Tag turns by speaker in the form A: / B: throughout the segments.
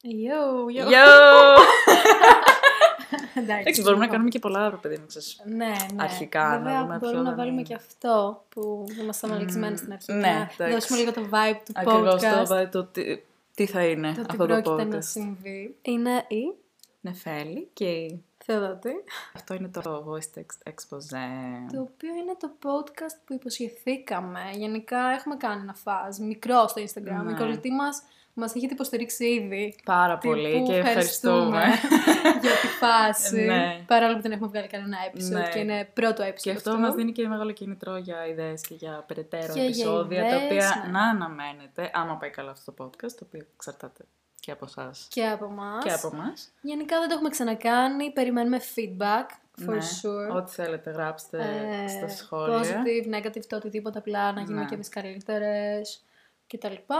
A: Yo, yo.
B: Yo!
A: Εντάξει,
B: Εντάξει, μπορούμε να
A: λοιπόν.
B: κάνουμε και πολλά, ρε παιδί μου, ξέρεις.
A: Ναι, ναι.
B: αρχικά, να
A: Βέβαια,
B: δούμε ποιο
A: μπορούμε να
B: να
A: βάλουμε
B: είναι.
A: και αυτό που ήμασταν αναλυξημένοι στην αρχή.
B: ναι,
A: να
B: εντάξει.
A: δώσουμε λίγο το vibe του
B: Ακριβώς
A: podcast.
B: το, βα- το τι, τι θα είναι
A: το τι
B: αυτό το
A: πρόκειται να
B: podcast.
A: συμβεί. Είναι η
B: Νεφέλη και
A: Θεοδότη,
B: αυτό είναι το voice text exposé.
A: το οποίο είναι το podcast που υποσχεθήκαμε. Γενικά έχουμε κάνει ένα φάζ μικρό στο Instagram.
B: Ναι.
A: Η κολλητή μας μας έχετε υποστηρίξει ήδη.
B: Πάρα
A: Τύπου
B: πολύ και ευχαριστούμε.
A: για τη φάση.
B: Ναι.
A: Παρόλο που δεν έχουμε βγάλει κανένα episode
B: Ναι.
A: και είναι πρώτο episode.
B: και αυτό μας δίνει και μεγάλο κίνητρο για ιδέες και για περαιτέρω
A: Και για
B: επεισόδια,
A: ιδέες,
B: τα οποία
A: ναι.
B: να αναμένετε, άμα πάει καλά αυτό το podcast, το οποίο εξαρτάται και από εσάς
A: Και από εμά.
B: και από μας.
A: Γενικά δεν το έχουμε ξανακάνει. Περιμένουμε feedback. For
B: Ναι.
A: sure.
B: Ό,τι θέλετε γράψτε
A: Ε,
B: στα σχόλια.
A: Positive, negative, το οτιδήποτε απλά να γίνουμε
B: Ναι.
A: και εμείς καλύτερες και τα λοιπά.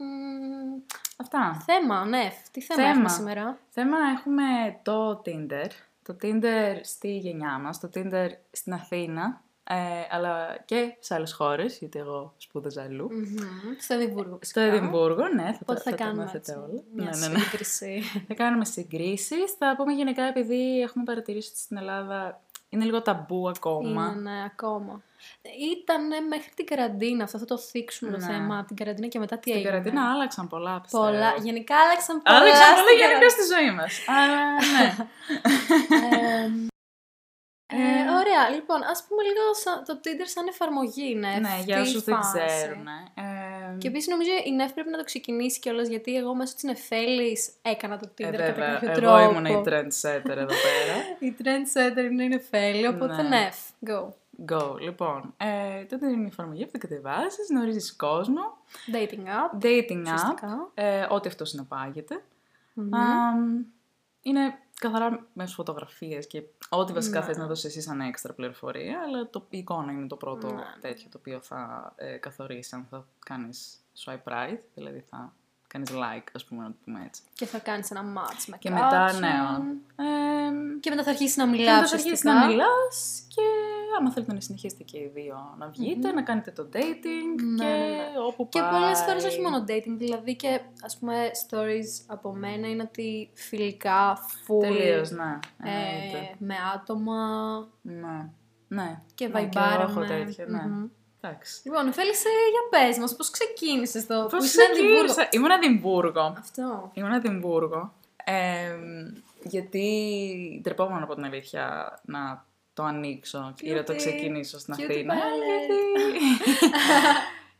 A: Μμμ,
B: Αυτά.
A: θέμα, ναι. Τι θέμα,
B: Θέμα.
A: έχουμε σήμερα.
B: Θέμα έχουμε το Tinder. Το Tinder στη γενιά μας, το Tinder στην Αθήνα, ε, αλλά και σε άλλες χώρες, γιατί εγώ σπούδαζα αλλού.
A: Μμμ, Στο Εδιμβούργο. φυσικά.
B: Στο Εδιμβούργο, ναι, θα, τα-
A: Οπότε θα,
B: θα τα
A: κάνουμε
B: μάθετε
A: έτσι,
B: όλα.
A: μια
B: Ναι, ναι, ναι.
A: σύγκριση.
B: Θα κάνουμε συγκρίσεις, θα πούμε γενικά επειδή έχουμε παρατηρήσει ότι στην Ελλάδα είναι λίγο ταμπού ακόμα.
A: Είναι, ναι, ακόμα. Ήταν μέχρι την καραντίνα αυτό, θα το θίξουμε το
B: Ναι.
A: θέμα. Την καραντίνα και μετά τι
B: Στην
A: έγινε.
B: καραντίνα άλλαξαν πολλά, πιστεύω.
A: Πολλά. Γενικά άλλαξαν ναι. πολλά.
B: Άλλαξαν
A: στην
B: πολλά γενικά
A: καραντίνα.
B: στη ζωή μας. Αλλά ναι.
A: Ε, ωραία, λοιπόν, ας πούμε λίγο σαν- το Tinder σαν εφαρμογή είναι.
B: ναι, για
A: αυτή η
B: όσους δεν
A: φάση.
B: ξέρουν. Ε,
A: Και επίσης νομίζω η Νεφ πρέπει να το ξεκινήσει κιόλας γιατί εγώ μέσω της Νεφέλης έκανα το Tinder
B: ε,
A: κατά
B: βέβαια,
A: κάποιο
B: εγώ
A: τρόπο.
B: ήμουν η trendsetter εδώ πέρα.
A: Η trendsetter είναι η Νεφέλη, οπότε
B: Ναι.
A: Νεφ, go.
B: Go, λοιπόν. Ε, τότε είναι η εφαρμογή που την κατεβάζει, γνωρίζεις κόσμο.
A: Dating app.
B: Dating app.
A: Ουσιαστικά.
B: Ε, ό,τι αυτός συνεπάγεται.
A: Μμμ.
B: Αμ, είναι καθαρά μέσω φωτογραφίες και ό,τι βασικά
A: Ναι.
B: θες να δώσεις εσύ σαν έξτρα πληροφορία, αλλά το, η εικόνα είναι το πρώτο
A: Ναι.
B: τέτοιο το οποίο θα ε, καθορίσει αν θα κάνεις swipe right, δηλαδή θα κάνεις like, ας πούμε, να το πούμε έτσι.
A: Και θα κάνεις ένα match με
B: Και μετά,
A: κάποιον.
B: ναι. Ε,
A: Και μετά θα αρχίσεις να
B: και
A: μιλά.
B: μετά θα αρχίσεις να μιλάς και άμα θέλετε να συνεχίσετε και οι δύο να βγειτε να κάνετε το dating
A: Ναι,
B: και
A: ναι, ναι.
B: όπου
A: Και
B: πάει.
A: πολλέ φορές όχι μόνο dating, δηλαδή και ας πούμε stories από μένα είναι ότι φιλικά, full.
B: Τελείως, ναι.
A: ε,
B: εννοείται.
A: με άτομα
B: ναι. Ναι.
A: και
B: Ναι, εγώ
A: βαϊμπάραμε.
B: έχω τέτοια, ναι.
A: Μμμ.
B: Εντάξει.
A: Λοιπόν, Φέλησε, για πες μας, πώς ξεκίνησες το...
B: Πώς
A: που είσαι Εδιμβούργο.
B: ξεκίνησα. Ήμουν Εδιμβούργο.
A: Αυτό.
B: Ήμουν Εδιμβούργο. Ε, γιατί ντρεπόμουν από την αλήθεια να το ανοίξω ή να το
A: Cutie.
B: ξεκινήσω στην
A: Cutie
B: Αθήνα. Ε,
A: ballet.
B: Γιατί...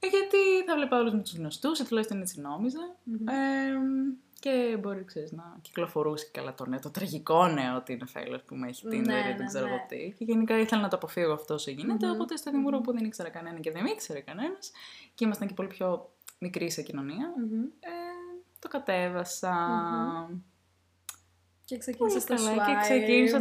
B: Ε, γιατί θα βλέπα όλους μου τους γνωστούς, ή τουλάχιστον έτσι νόμιζα. Ε, και μπορεί, ξέρεις, να κυκλοφορούσε και καλά το νέο, το τραγικό νέο ότι είναι φέλος που με έχει
A: Ναι,
B: την ναι,
A: ναι,
B: δεν ξέρω εγώ
A: ναι.
B: τι. Και γενικά ήθελα να το αποφύγω αυτό όσο γίνεται,
A: Μμμ,
B: οπότε στο δημιουργό που δεν ήξερα κανένα και δεν με ήξερε κανένας και ήμασταν και πολύ πιο μικροί σε κοινωνία,
A: Μμμ.
B: ε, το κατέβασα.
A: Μμμ. Και
B: Πολύ
A: ξεκίνησες το
B: καλά
A: swipe.
B: και ξεκίνησα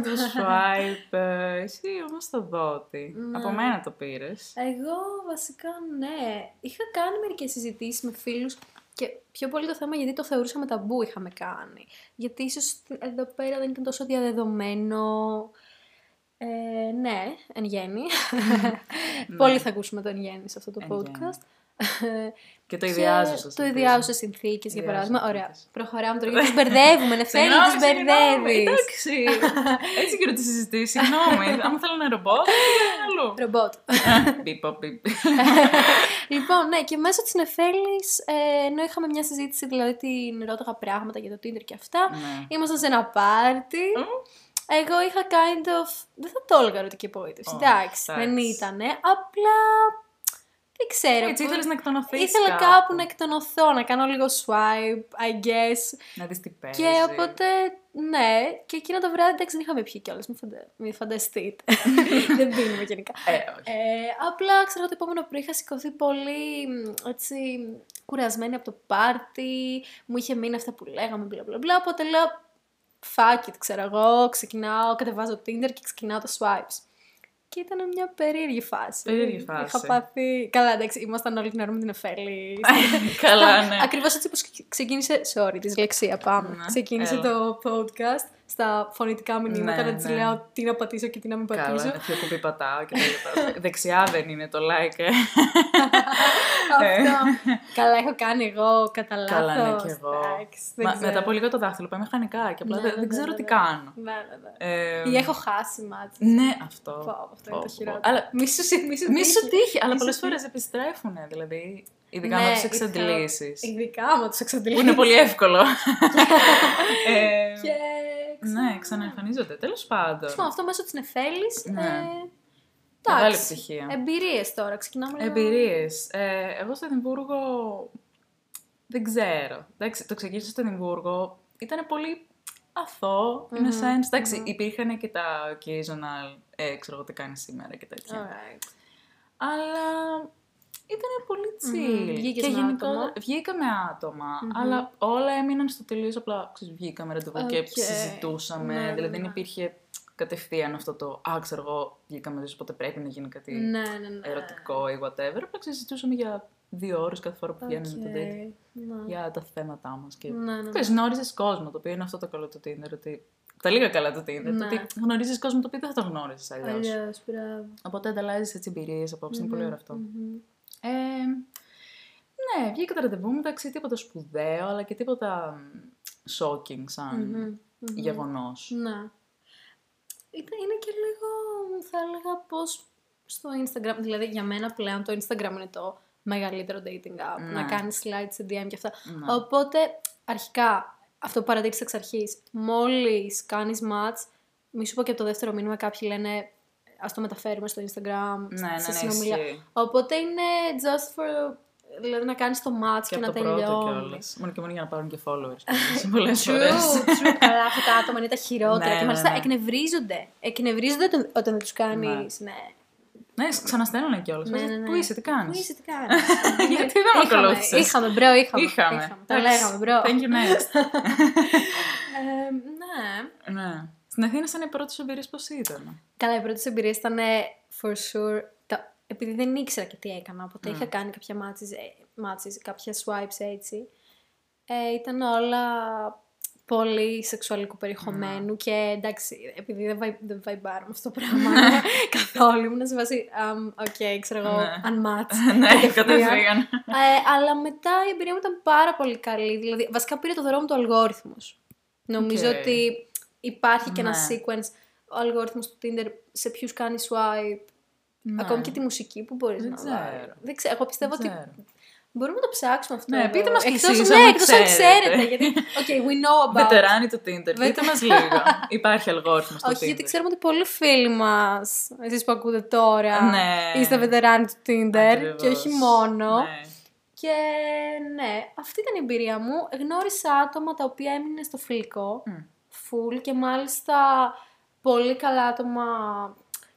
B: το swipe. Ε, Εσύ όμως το δότη.
A: Ναι.
B: Από μένα το πήρες.
A: Εγώ βασικά ναι. Είχα κάνει μερικές συζητήσεις με φίλους και πιο πολύ το θέμα γιατί το θεωρούσαμε ταμπού είχαμε κάνει. Γιατί ίσως στην- εδώ πέρα δεν ήταν τόσο διαδεδομένο. Ε, ναι, εν γέννη. Πολύ θα ακούσουμε το εν γέννη σε αυτό το
B: Ναι. Εν γέννη.
A: podcast.
B: Και το
A: Και
B: ιδιάζω.
A: Το ιδιάζουσε συνθήκες, για
B: Ιδιάζουσε
A: παράδειγμα. Ωραία.
B: συνθήκες.
A: Προχωράμε τώρα γιατί τι μπερδεύουμε. Νεφέλη,
B: Συγγνώμη,
A: τι
B: συγγνώμη.
A: μπερδεύει.
B: Εντάξει. Έτσι και να τη συζητήσεις. Συγγνώμη. Αν θέλω να ρομπότ, θα αλλού.
A: Ρομπότ.
B: Μπίπα, μπίπ.
A: λοιπόν, ναι, και μέσω της Νεφέλης, ε, ενώ είχαμε μια συζήτηση, δηλαδή την ρώταγα πράγματα για το Tinder και αυτά,
B: Ναι.
A: ήμασταν σε ένα πάρτι.
B: Μμμ.
A: Εγώ είχα kind of. Δεν θα το έλεγα ερωτική απογοήτευση.
B: Όχι,
A: εντάξει,
B: εντάξει.
A: δεν ήτανε. Απλά. Δεν ξέρω.
B: Έτσι
A: που-
B: ήθελες να εκτονωθείς
A: Ήθελα κάπου να εκτονωθώ, να κάνω λίγο swipe, I guess.
B: Να δεις τι παίζει.
A: Και οπότε, ναι, και εκείνο το βράδυ εντάξει δεν είχαμε πιει κιόλας, μην, φαντα... μην φανταστείτε. δεν πίνουμε γενικά.
B: Ε, όχι.
A: Ε, απλά ξέρω ότι το επόμενο πρωί είχα σηκωθεί πολύ μ, έτσι κουρασμένη από το πάρτι, μου είχε μείνει αυτά που λέγαμε, μπλα μπλα μπλα, οπότε λέω fuck it, ξέρω εγώ, ξεκινάω, κατεβάζω Tinder και ξεκινάω τα swipes. Και ήταν μια περίεργη φάση.
B: Περίεργη φάση.
A: Είχα πάθει. Καλά, εντάξει, ήμασταν όλοι την ώρα με την Εφέλη.
B: Καλά, ναι.
A: Ακριβώς έτσι που ξεκίνησε. Sorry, δυσλεξία. Πάμε.
B: Ναι,
A: Ξεκίνησε
B: έλα.
A: το podcast. στα φωνητικά μηνύματα
B: Ναι,
A: να της
B: ναι.
A: λέω τι να πατήσω και τι να μην πατήσω.
B: Καλά, ποιο κουμπί πατάω και τα λοιπά. Δεξιά δεν είναι το like. ε.
A: Αυτό. Καλά, έχω κάνει εγώ κατά λάθο.
B: Καλά, ναι, κι εγώ. Μα, μετά από λίγο το δάχτυλο πάει μηχανικά και απλά
A: Ναι,
B: δεν,
A: ναι,
B: δεν
A: ναι,
B: ξέρω
A: ναι,
B: τι
A: ναι.
B: κάνω.
A: Ναι, ναι, ναι.
B: Ε,
A: Ή έχω χάσει μάτς.
B: Ναι,
A: Πω,
B: αυτό.
A: πω, Αυτό είναι
B: Πω,
A: το
B: πω.
A: χειρότερο.
B: Αλλά
A: μη σου, μη σου
B: μη σου
A: τύχει.
B: τύχει, αλλά
A: Μη
B: πολλέ
A: σου
B: φορέ επιστρέφουν. Δηλαδή, ειδικά με
A: Ναι,
B: τις
A: ειδικά-
B: εξαντλήσεις.
A: Ειδικά άμα τους
B: Που
A: εξαντλήσεις.
B: είναι πολύ εύκολο. Ε,
A: Και ξανά.
B: Ναι, ξαναεμφανίζονται. Τέλος πάντων.
A: Λοιπόν, αυτό μέσω της νεφέλης.
B: Ναι.
A: ε,
B: Μεγάλη
A: Εντάξει.
B: επιτυχία.
A: Εμπειρίες τώρα, ξεκινάμε λίγο.
B: Εμπειρίες. Ε, Εγώ στο Εδιμβούργο. Δεν ξέρω. Εντάξει, το ξεκίνησα στο Εδιμβούργο. Ήταν πολύ αθώο, in a
A: Μμμ,
B: sense. Εντάξει,
A: μμμ.
B: υπήρχαν και τα occasional, ε, ξέρω εγώ τι κάνει σήμερα και τέτοια.
A: Alright.
B: Αλλά ήταν πολύ
A: Μμμ,
B: chill.
A: βγήκες
B: και
A: με άτομα.
B: βγήκαμε άτομα,
A: Μμμ.
B: αλλά όλα έμειναν στο τελείως απλά. Ξέρεις, βγήκαμε ραντεβού και
A: Οκ.
B: συζητούσαμε.
A: Ναι,
B: δηλαδή δεν
A: ναι.
B: υπήρχε κατευθείαν αυτό το «Α, ξέρω εγώ, βγήκαμε δύο, οπότε πρέπει να γίνει κάτι
A: Ναι, ναι, ναι.
B: ερωτικό ή whatever». Απλά συζητούσαμε για δύο ώρες κάθε φορά που
A: Οκ.
B: βγαίνουμε το date
A: Ναι.
B: για τα θέματά μας. Και...
A: Ναι, ναι, ναι.
B: Ξέρεις, γνώριζες κόσμο, το οποίο είναι αυτό το καλό του Tinder, ότι... Τα λίγα καλά του Tinder, το
A: Ναι.
B: ότι γνωρίζεις κόσμο το οποίο δεν θα το γνώριζες αλλιώς.
A: Αλλιώς, μπράβο.
B: Οπότε ανταλλάζεις έτσι εμπειρίες, απόψεις, είναι πολύ ωραίο αυτό.
A: Μμμ.
B: Ε, ναι, βγήκε το ραντεβού μου, εντάξει, τίποτα σπουδαίο, αλλά και τίποτα μ, shocking σαν
A: Μμμ. ναι. Μμμ.
B: γεγονός.
A: Ναι. Ήταν- Είναι και λίγο, θα έλεγα, πως στο Instagram, δηλαδή για μένα πλέον το Instagram είναι το μεγαλύτερο dating app,
B: Ναι.
A: να κάνεις slides σε DM και αυτά.
B: Ναι.
A: Οπότε, αρχικά, αυτό που παρατήρησα εξ αρχής, μόλις κάνεις match, μη σου πω και από το δεύτερο μήνυμα κάποιοι λένε ας το μεταφέρουμε στο Instagram,
B: Ναι, ναι,
A: σε
B: ναι,
A: συνομιλία.
B: ισχύει.
A: Οπότε είναι just for, δηλαδή να κάνεις το match και,
B: Και από
A: να
B: το πρώτο
A: τελειώνεις.
B: κιόλας. Μόνο και μόνο για να πάρουν και followers. κιόλας, Πολλές
A: True,
B: φορές.
A: true. Καλά, αυτά τα άτομα είναι τα χειρότερα.
B: Ναι,
A: και
B: ναι,
A: μάλιστα
B: ναι.
A: εκνευρίζονται. Εκνευρίζονται όταν- όταν δεν τους κάνεις. Ναι.
B: Ναι, ξαναστέλνουν κιόλας.
A: Ναι,
B: Μας,
A: ναι, ναι.
B: Πού είσαι, τι κάνεις.
A: Πού είσαι, τι κάνεις.
B: Γιατί δεν με
A: Είχαμε-
B: ακολούθησες.
A: Είχαμε, μπρο, είχαμε.
B: Είχαμε.
A: Το
B: Εντάξει.
A: λέγαμε, μπρο.
B: Thank you next.
A: Ε, ναι.
B: ναι. Στην Αθήνα σαν οι πρώτες εμπειρίες πώς ήταν.
A: Καλά, οι πρώτες εμπειρίες ήταν for sure. τα- Επειδή δεν ήξερα και τι έκανα, οπότε
B: Mm.
A: είχα κάνει κάποια μάτσες, ε, μάτσες, κάποια swipes έτσι. Ε, ήταν όλα πολύ σεξουαλικού περιεχομένου
B: Mm.
A: και εντάξει, επειδή δεν, βαϊ, δεν βαϊμπάρω με αυτό το πράγμα καθόλου, ήμουν σε βάση, αμ, οκ, ξέρω εγώ,
B: Ναι.
A: unmatched.
B: ναι,
A: κατευθείαν.
B: κατευθείαν.
A: ε, αλλά μετά η εμπειρία μου ήταν πάρα πολύ καλή. Δηλαδή, βασικά πήρε το δρόμο του αλγόριθμος. Νομίζω
B: Οκ.
A: ότι υπάρχει και ένα
B: Ναι.
A: sequence ο αλγόριθμος του Tinder σε ποιους κάνει swipe.
B: Ναι.
A: Ακόμη και τη μουσική που μπορείς
B: Δεν
A: να
B: ξέρω.
A: βάλεις. Δεν ξέρω. Εγώ πιστεύω
B: Δεν
A: ότι
B: ξέρω.
A: μπορούμε να το ψάξουμε αυτό.
B: Ναι,
A: εδώ.
B: πείτε μας κι
A: Εκτός-
B: εσείς,
A: Ναι,
B: άμα
A: εκτός αν ξέρετε.
B: ξέρετε.
A: γιατί, okay, we know about.
B: Βετεράνοι του Tinder.
A: Βε-
B: Πείτε μας λίγο. Υπάρχει αλγόριθμος στο Tinder.
A: Όχι, γιατί ξέρουμε ότι πολλοί φίλοι μας, εσείς που ακούτε τώρα,
B: Ναι.
A: είστε βετεράνοι του Tinder
B: Ακριβώς.
A: και όχι μόνο.
B: Ναι.
A: Και ναι, αυτή ήταν η εμπειρία μου. Γνώρισα άτομα τα οποία έμεινε στο φιλικό.
B: Μμ.
A: Full και μάλιστα πολύ καλά άτομα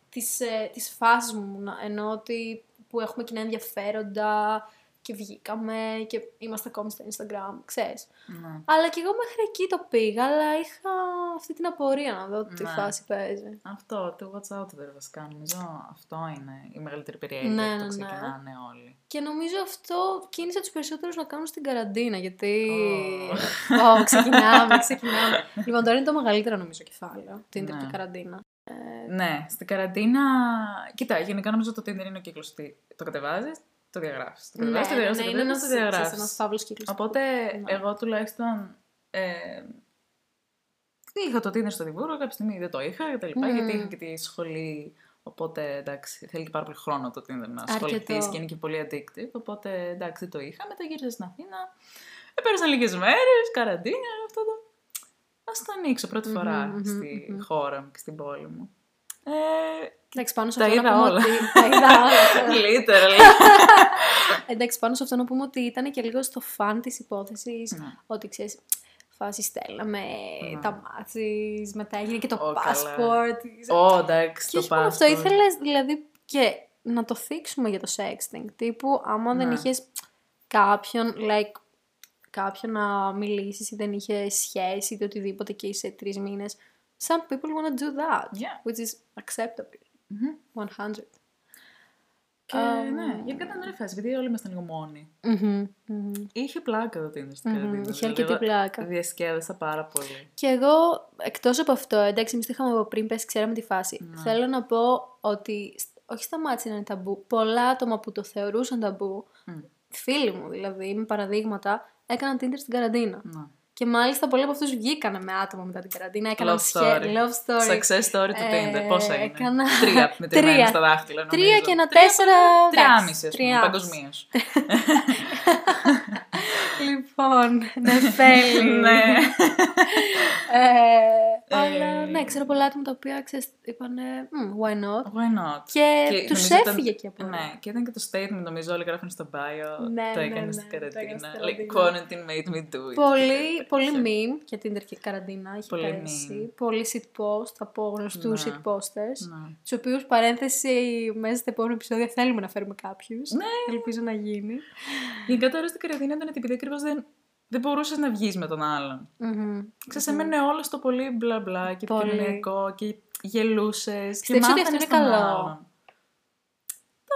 A: της, ε, της φάσης μου. να- Ενώ ότι που έχουμε κοινά ενδιαφέροντα και βγήκαμε και είμαστε ακόμη στο Instagram, ξέρεις.
B: Ναι.
A: Αλλά και εγώ μέχρι εκεί το πήγα, αλλά είχα αυτή την απορία να δω τι
B: Ναι.
A: φάση παίζει.
B: Αυτό, το what's out there βασικά. Νομίζω αυτό είναι η μεγαλύτερη περιέργεια
A: Ναι,
B: που
A: ναι,
B: το
A: ναι.
B: ξεκινάνε όλοι.
A: Και νομίζω αυτό κίνησε τους περισσότερους να κάνουν στην καραντίνα, γιατί...
B: Ω.
A: Ω, ξεκινάμε, ξεκινάμε. λοιπόν, τώρα είναι το μεγαλύτερο νομίζω κεφάλαιο, το Tinder
B: Ναι.
A: και η καραντίνα.
B: Ναι, στην καραντίνα. Κοίτα, γενικά νομίζω το Tinder είναι ο κύκλος. Το κατεβάζεις, το διαγράφεις. Το κατεβάζει, το διαγράφει.
A: Ναι, είναι ένας,
B: το
A: ξέρεις, ένας
B: διαγράφει.
A: φαύλος κύκλος.
B: ναι, Οπότε
A: Ναι.
B: εγώ τουλάχιστον. Ε, είχα το Tinder στο Δημβούργο, κάποια στιγμή δεν το είχα και τα λοιπά,
A: Μμμ.
B: γιατί είχα και τη σχολή. Οπότε εντάξει, θέλει και πάρα πολύ χρόνο το Tinder να
A: Αρκετό.
B: ασχοληθείς και είναι και πολύ addictive. Οπότε εντάξει, δεν το είχα. Μετά γύρισα στην Αθήνα. ε, Πέρασαν λίγες μέρες, καραντίνα, αυτό το. Ας το ανοίξω πρώτη
A: Μμμ,
B: φορά
A: μμμ,
B: στη
A: μμμ.
B: χώρα μου και στην πόλη μου. Ε,
A: Εντάξει, πάνω σε
B: τα
A: αυτό να
B: είδα
A: πούμε
B: όλα. Ναι.
A: ότι- Τα είδα όλα.
B: literally.
A: Εντάξει, πάνω σε αυτό να πούμε ότι ήταν και λίγο στο φαν της υπόθεσης,
B: Ναι.
A: ότι ξέρεις, φάση στέλναμε
B: Ναι.
A: τα μάτσις, μετά έγινε και το
B: Ω, καλά.
A: passport.
B: Ω, εντάξει,
A: Και
B: το
A: όχι μόνο αυτό,
B: passport.
A: ήθελες δηλαδή και να το θίξουμε για το sexting. Τύπου, άμα δεν
B: Ναι.
A: είχες κάποιον, like, κάποιον να μιλήσεις ή δεν είχες σχέση ή οτιδήποτε και είσαι τρεις μήνες. Some people want to do that,
B: Yeah.
A: which is acceptable.
B: Μμμ.
A: 100.
B: Και
A: Α.
B: ναι, γενικά ήταν ωραία φάση, επειδή όλοι ήμασταν λίγο μόνοι.
A: Μμμ, μμμ.
B: Είχε πλάκα το Tinder στην
A: Μμμ,
B: καραντίνα.
A: είχε αρκετή
B: δηλαδή,
A: πλάκα.
B: Διασκέδασα πάρα πολύ.
A: Και εγώ, εκτός από αυτό, εντάξει, εμείς το είχαμε από πριν, πες, ξέραμε τη φάση.
B: Ναι.
A: Θέλω να πω ότι, σ- όχι σταμάτησε να είναι ταμπού, πολλά άτομα που το θεωρούσαν ταμπού,
B: Μμ,
A: φίλοι μου δηλαδή, με παραδείγματα, έκαναν Tinder στην καραντίνα.
B: ναι.
A: Και μάλιστα πολλοί από αυτούς βγήκανε με άτομα μετά την καραντίνα, έκαναν
B: Love
A: σχέ-
B: story.
A: love story.
B: Success story του Tinder,
A: Ε,
B: πόσα είναι.
A: έκανα-
B: Τρία μετρημένα
A: Τρία.
B: στα δάχτυλα. Νομίζω.
A: Τρία και ένα τέσσερα.
B: Τρία ναι,
A: εντάξει,
B: μισή, α
A: τρία
B: πούμε, παγκοσμίως.
A: Λοιπόν, νεφέλη.
B: ναι.
A: Ε,
B: Ε,
A: αλλά ναι, ξέρω πολλά άτομα τα οποία ξέρεις, είπανε «Μμ, why not.
B: Why not.
A: Και,
B: Και
A: τους
B: νομίζω ήταν-
A: έφυγε και από εδώ.
B: Ναι, και ήταν και το statement, νομίζω, όλοι γράφουν στο bio.
A: Ναι,
B: το
A: ναι,
B: έκανε
A: ναι,
B: στην
A: το έκανα στην
B: καραντίνα. Like,
A: καραντίνα.
B: quarantine made me do it. Ναι.
A: Πολύ, πολύ meme για την και καραντίνα έχει
B: Πολύ
A: πέρυσι. Πολύ sit post από γνωστούς
B: Ναι.
A: sit posters.
B: Ναι.
A: Τους οποίους παρένθεση μέσα στα επόμενα επεισόδια θέλουμε να φέρουμε κάποιους.
B: Ναι.
A: Ελπίζω να γίνει.
B: Γενικά τώρα στην καραντίνα ήταν ότι επειδή ακριβώς δεν, δεν μπορούσες να βγεις με τον άλλον.
A: Μμμ.
B: Ξέρεις, έμενε όλο στο πολύ μπλα μπλα και
A: Πολύ.
B: επικοινωνιακό και γελούσες.
A: Πιστεύεις ότι αυτό είναι καλό?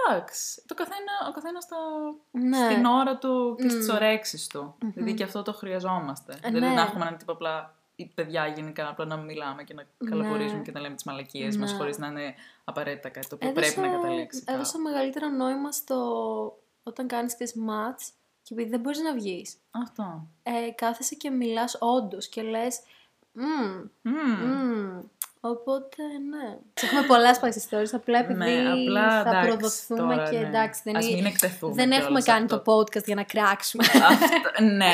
B: Εντάξει. Το καθένα, ο καθένας
A: Ναι.
B: στην ώρα του και
A: Μμ.
B: στις ωρέξεις του. Δηλαδή και αυτό το χρειαζόμαστε.
A: Ε,
B: Δηλαδή
A: ναι.
B: να έχουμε έναν τύπο απλά οι παιδιά γενικά απλά να μιλάμε και να καλοπορίζουμε και να λέμε τις μαλακίες μας μα
A: Ναι.
B: χωρίς να είναι απαραίτητα κάτι το οποίο
A: Έδωσε-
B: πρέπει να καταλήξει. κάπου.
A: Έδωσε μεγαλύτερο νόημα στο όταν κάνεις τι match και επειδή δεν μπορείς να βγεις.
B: Αυτό.
A: Ε, κάθεσαι και μιλάς όντως και λες.
B: Μμμ.
A: Οπότε, ναι. Έχουμε πολλά spicy stories, απλά επειδή
B: ναι, απλά,
A: θα
B: εντάξει,
A: προδοθούμε
B: τώρα,
A: και
B: ναι.
A: εντάξει, δεν,
B: Ας
A: είναι-
B: μην εκτεθούμε
A: δεν
B: κιόλας
A: έχουμε
B: σε
A: κάνει
B: αυτό.
A: το podcast για να κράξουμε.
B: Αυτό, ναι,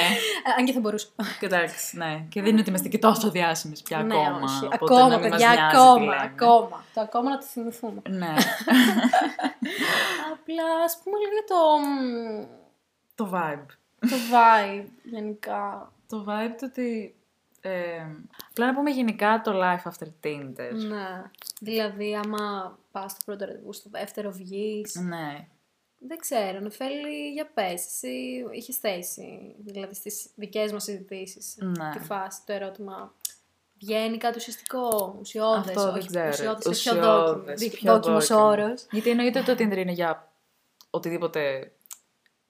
A: Αν και θα μπορούσαμε.
B: εντάξει, ναι. Και δεν είναι ότι είμαστε και τόσο διάσημες πια
A: ναι,
B: ακόμα.
A: όχι.
B: οπότε να
A: Ακόμα,
B: μην μας
A: παιδιά,
B: νοιάζει τι
A: ακόμα,
B: λέμε.
A: ακόμα. Το ακόμα να το θυμηθούμε.
B: Ναι,
A: Απλά, ας πούμε λίγο για το, μ,
B: το vibe.
A: το vibe γενικά.
B: Το vibe του ότι. Ε, απλά να πούμε γενικά το life after Tinder.
A: ναι. Δηλαδή, άμα πας στο πρώτο ραντεβού, στο δεύτερο βγεις.
B: Ναι.
A: Δεν ξέρω, Νεφέλη, για πες, εσύ είχες θέση, δηλαδή στις δικές μας συζητήσεις,
B: Ναι.
A: τη φάση, το ερώτημα, βγαίνει κάτι ουσιαστικό, ουσιώδες,
B: Αυτό δεν
A: όχι,
B: ξέρω.
A: ουσιώδες,
B: Ουσιώδες,
A: όχι
B: πιο
A: πιο δόκιμος
B: δόκιμος.
A: όρος.
B: Γιατί εννοείται το Tinder είναι για οτιδήποτε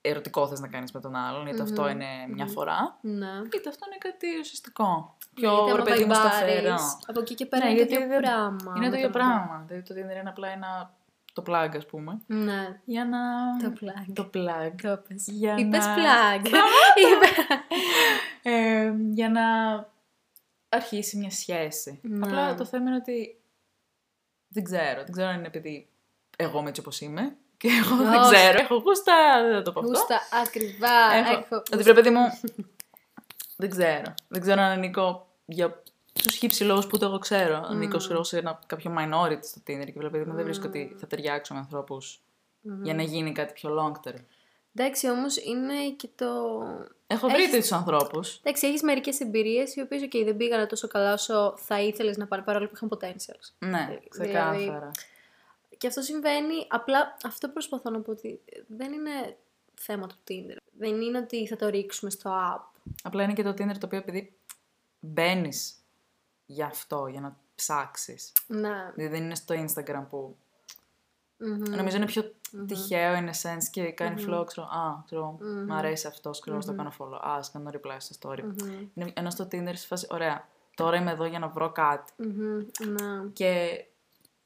B: ερωτικό θες να κάνεις με τον άλλον, είτε αυτό
A: Μμμ.
B: είναι μια
A: Μμμ.
B: φορά,
A: Ναι.
B: είτε αυτό είναι κάτι ουσιαστικό.
A: Είτε
B: Πιο
A: άμα
B: ρε παιδί μου
A: βαϊμπάρεις,
B: σταθερό.
A: Από εκεί και πέρα
B: Ναι,
A: είναι το
B: γιατί
A: ίδιο
B: δεν-
A: πράγμα.
B: Είναι το ίδιο
A: με
B: πράγμα. Δηλαδή το Tinder είναι απλά ένα το plug, ας πούμε.
A: Ναι.
B: Για να.
A: Το plug.
B: Το plug.
A: Το πες.
B: Για
A: Είπες
B: να-
A: plug.
B: Ε, για να αρχίσει μια σχέση.
A: Ναι.
B: Απλά το θέμα είναι ότι δεν ξέρω. Δεν ξέρω αν είναι επειδή εγώ είμαι έτσι όπως είμαι και εγώ δεν
A: Όχι.
B: ξέρω. Έχω γούστα, δεν θα το πω αυτό.
A: Γούστα ακριβά.
B: Έχω-
A: Έχω...
B: Ότι πρέπει, παιδί μου, δεν ξέρω. Δεν ξέρω αν ανήκω για τους χύψη λόγους που το εγώ ξέρω. Αν ανήκω ξέρω, σε ένα, κάποιο minority στο Tinder και βλέπετε, δεν βρίσκω ότι θα ταιριάξω με ανθρώπους για να γίνει κάτι πιο long term.
A: Εντάξει, όμως είναι και το...
B: Έχω βρει τέτοιους ανθρώπους.
A: Εντάξει, έχεις μερικές εμπειρίες οι οποίες okay, δεν πήγανε τόσο καλά όσο θα ήθελες να πάρει παρόλο που είχαν potentials.
B: Ναι,
A: Δηλαδή-
B: ξεκάθαρα.
A: Και αυτό συμβαίνει. Απλά αυτό προσπαθώ να πω ότι δεν είναι θέμα του Tinder. Δεν είναι ότι θα το ρίξουμε στο app.
B: Απλά είναι και το Tinder το οποίο επειδή μπαίνεις για αυτό, για να ψάξεις.
A: Ναι.
B: Δηλαδή δεν είναι στο Instagram που.
A: Μμμ.
B: Νομίζω είναι πιο τυχαίο in a sense και κάνει flow, ξέρω. Α, ξέρω, μ' αρέσει αυτό, ξέρω, στο κάνω follow. Α, ας κάνω reply στο story. Είναι- Ενώ στο Tinder σε φάση, ωραία, τώρα είμαι εδώ για να βρω κάτι.
A: Μμμ. Ναι.
B: Και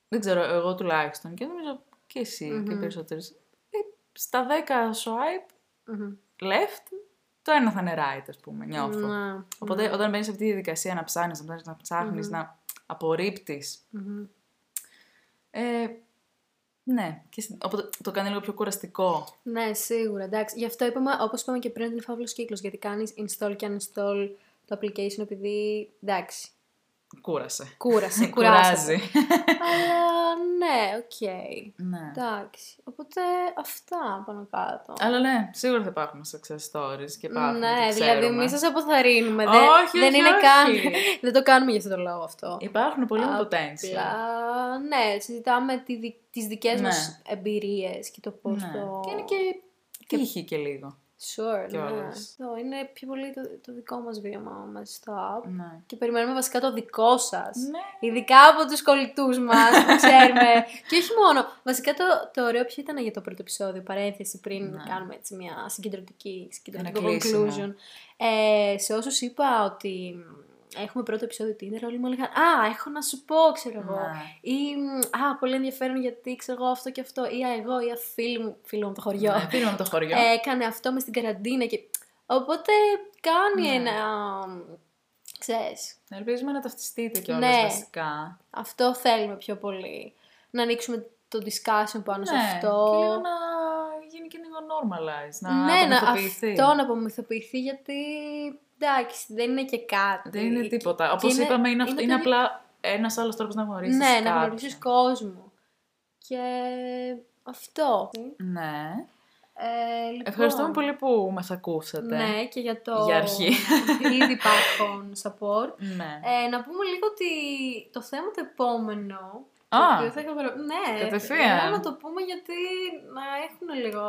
B: δεν ξέρω, εγώ τουλάχιστον και νομίζω και εσύ και οι περισσότεροι. ε, Στα 10 swipe
A: Μμμ.
B: left, το ένα θα είναι right, ας πούμε, νιώθω.
A: Ναι.
B: Οπότε όταν μπαίνεις σε αυτή τη διαδικασία να ψάχνεις, να ψάχνεις, να ψάχνεις, να απορρίπτεις.
A: Μμμ.
B: Ε, ναι, και, συν- οπότε το κάνει λίγο πιο κουραστικό.
A: Ναι, σίγουρα. Εντάξει. Γι' αυτό είπαμε, όπως είπαμε και πριν, ότι είναι φαύλος κύκλος. Γιατί κάνεις install και uninstall το application επειδή. Εντάξει.
B: Κούρασε.
A: Κούρασε, κουράζει.
B: Κουράζει.
A: Αλλά ναι, οκ.
B: ναι.
A: Εντάξει. Οπότε αυτά πάνω κάτω.
B: Αλλά ναι, σίγουρα θα υπάρχουν success stories και υπάρχουν.
A: ναι,
B: το
A: δηλαδή
B: ξέρουμε.
A: μην σας αποθαρρύνουμε.
B: Όχι,
A: δεν,
B: όχι,
A: δεν είναι
B: όχι.
A: καν. δεν το κάνουμε για αυτόν τον λόγο αυτό.
B: Υπάρχουν πολύ
A: Απλά,
B: potential.
A: Απλά, ναι, συζητάμε τη, δι- τις δικές
B: Ναι.
A: μας εμπειρίες και το πώς
B: Ναι.
A: το...
B: Και είναι και. Τύχη και λίγο.
A: Sure,
B: Και
A: ναι.
B: όλες.
A: Εδώ είναι πιο πολύ το, το δικό μας βίωμα μέσα στο app.
B: Ναι.
A: Και περιμένουμε βασικά το δικό σας.
B: Ναι.
A: Ειδικά από τους κολλητούς μας που ξέρουμε. και όχι μόνο. Βασικά το, το ωραίο ποιο ήταν για το πρώτο επεισόδιο, παρένθεση πριν
B: Ναι.
A: κάνουμε έτσι μια συγκεντρωτική, συγκεντρωτικό
B: Ένα κλείσιμο.
A: conclusion. Ε, σε όσους είπα ότι έχουμε πρώτο επεισόδιο Tinder, όλοι μου έλεγαν «Α, έχω να σου πω, ξέρω εγώ».
B: Ναι.
A: Ή μ, «Α, πολύ ενδιαφέρον γιατί ξέρω εγώ αυτό και αυτό». Ή «Α, εγώ» ή «Α, φίλοι μου, φίλο μου από το χωριό».
B: Ναι, πήραμε το χωριό.
A: Ε, έκανε αυτό μες στην καραντίνα και... Οπότε κάνει
B: Ναι.
A: ένα... Ξέρεις,
B: Ελπίζουμε να ταυτιστείτε κιόλας
A: Ναι.
B: βασικά.
A: αυτό θέλουμε πιο πολύ. Να ανοίξουμε το discussion πάνω σε
B: Ναι,
A: αυτό.
B: Και λίγο να γίνει και λίγο normalize. Να
A: ναι, να,
B: απομυθοποιηθεί.
A: αυτό να απομυθοποιηθεί γιατί... Εντάξει, δεν είναι και κάτι.
B: Δεν είναι τίποτα. Όπως
A: είναι-
B: είπαμε, είναι, αυτό,
A: είναι
B: είναι
A: το-
B: απλά ένας άλλος τρόπος να γνωρίσεις.
A: Ναι, να γνωρίσεις κόσμο. Και αυτό.
B: Ναι.
A: Ε, λοιπόν,
B: Ευχαριστούμε πολύ που μας ακούσατε.
A: Ναι, και για το
B: Για αρχή.
A: ήδη υπάρχον support.
B: Ναι.
A: Ε, να πούμε λίγο ότι το θέμα το επόμενο. το
B: Α.
A: οποίο θα είχα γρα- Ναι,
B: Κατευθείαν.
A: θέλω να το πούμε γιατί να έχουν λίγο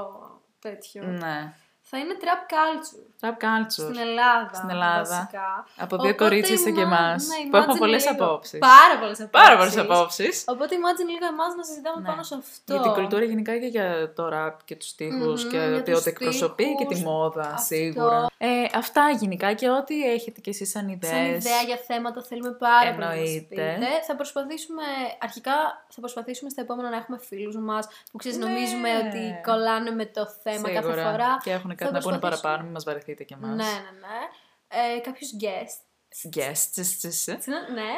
A: τέτοιο.
B: ναι.
A: Θα είναι trap culture
B: Trap culture.
A: στην Ελλάδα.
B: Στην Ελλάδα.
A: Βασικά.
B: Από δύο
A: Οπότε
B: κορίτσια και
A: ima-
B: εμάς.
A: ναι,
B: Που έχουμε
A: imagine
B: πολλέ
A: λίγο-
B: απόψεις.
A: Πάρα πολλές απόψεις.
B: Πάρα πολλές απόψεις.
A: Οπότε imagine λίγο εμάς να συζητάμε
B: Ναι.
A: πάνω σε αυτό.
B: Για την κουλτούρα γενικά και για το ραπ και τους στιχους
A: Μμμ,
B: και
A: για
B: ότι
A: τους
B: ό,τι εκπροσωπεί και τη
A: στίχους,
B: μόδα
A: αυτό.
B: σίγουρα. Ε, αυτά γενικά και ό,τι έχετε κι εσείς σαν ιδέες.
A: Σαν ιδέα για θέματα θέλουμε πάρα πολύ να μας
B: Εννοείται.
A: πείτε. Θα προσπαθήσουμε, αρχικά θα προσπαθήσουμε στα επόμενα να έχουμε φίλους μας που ξέρεις
B: Ναι.
A: νομίζουμε ότι κολλάνε με το θέμα κάθε
B: Σίγουρα.
A: φορά.
B: Και έχουν κάτι
A: Θα
B: να πούνε
A: προσπαθήσουμε.
B: παραπάνω, μην μας βαρεθείτε κι
A: Ναι,
B: εμάς.
A: ναι, ναι. Ε, κάποιους guests.
B: Yes, τσις, τσις.
A: Ναι.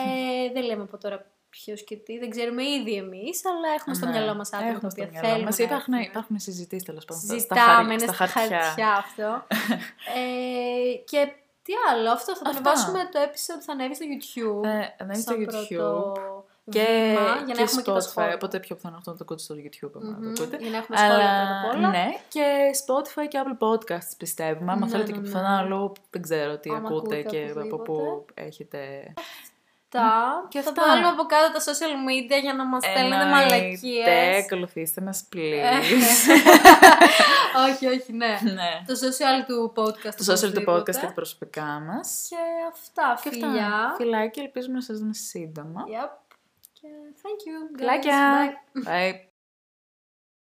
A: ε, δεν λέμε από τώρα ποιος και τι, δεν ξέρουμε ήδη εμείς, αλλά έχουμε στο
B: Ναι.
A: μυαλό μας άτομα τα
B: Έχουμε στο
A: οποία
B: μυαλό
A: θέλουμε
B: μας.
A: να
B: Υπάρχουν,
A: έχουμε.
B: υπάρχουν συζητήσεις τέλος πάντων στα-
A: Συζητάμε, είναι
B: στα,
A: στα,
B: χαρτιά.
A: χαρτιά αυτό. ε, και τι άλλο, αυτό θα το
B: Αυτά.
A: ανεβάσουμε το episode θα ανέβει στο YouTube.
B: Ε, να είναι στο
A: σαν
B: YouTube.
A: πρώτο
B: Και,
A: βήμα, για να
B: και
A: έχουμε και τα
B: Spotify,
A: σχόλια.
B: οπότε πιο πιθανό αυτό να το ακούτε στο YouTube. άμα
A: Μμμ,
B: το ακούτε.
A: Για να έχουμε σχόλια πρώτα απ' όλα.
B: ναι, και Spotify και Apple Podcasts πιστεύουμε. Άμα
A: Ναι,
B: θέλετε
A: ναι,
B: και
A: ναι.
B: πουθενά άλλο, δεν ξέρω τι
A: Άμα
B: ακούτε,
A: ακούτε
B: και από πού
A: οπουδήποτε.
B: έχετε.
A: Τα,
B: Και
A: θα
B: αυτά.
A: βάλουμε από κάτω τα social media για να μας στέλνετε μαλακίες.
B: ακολουθήστε μας
A: Ε,
B: please.
A: όχι, όχι, ναι.
B: ναι.
A: Το social του podcast.
B: Το social του podcast και
A: οπωσδήποτε.
B: τα προσωπικά μας.
A: Και αυτά,
B: Και αυτά.
A: φιλιά.
B: Φιλάκια, ελπίζουμε να σας δούμε σύντομα.
A: Yep. Και thank you. guys.
B: Φιλάκια.
A: Bye.
B: Bye.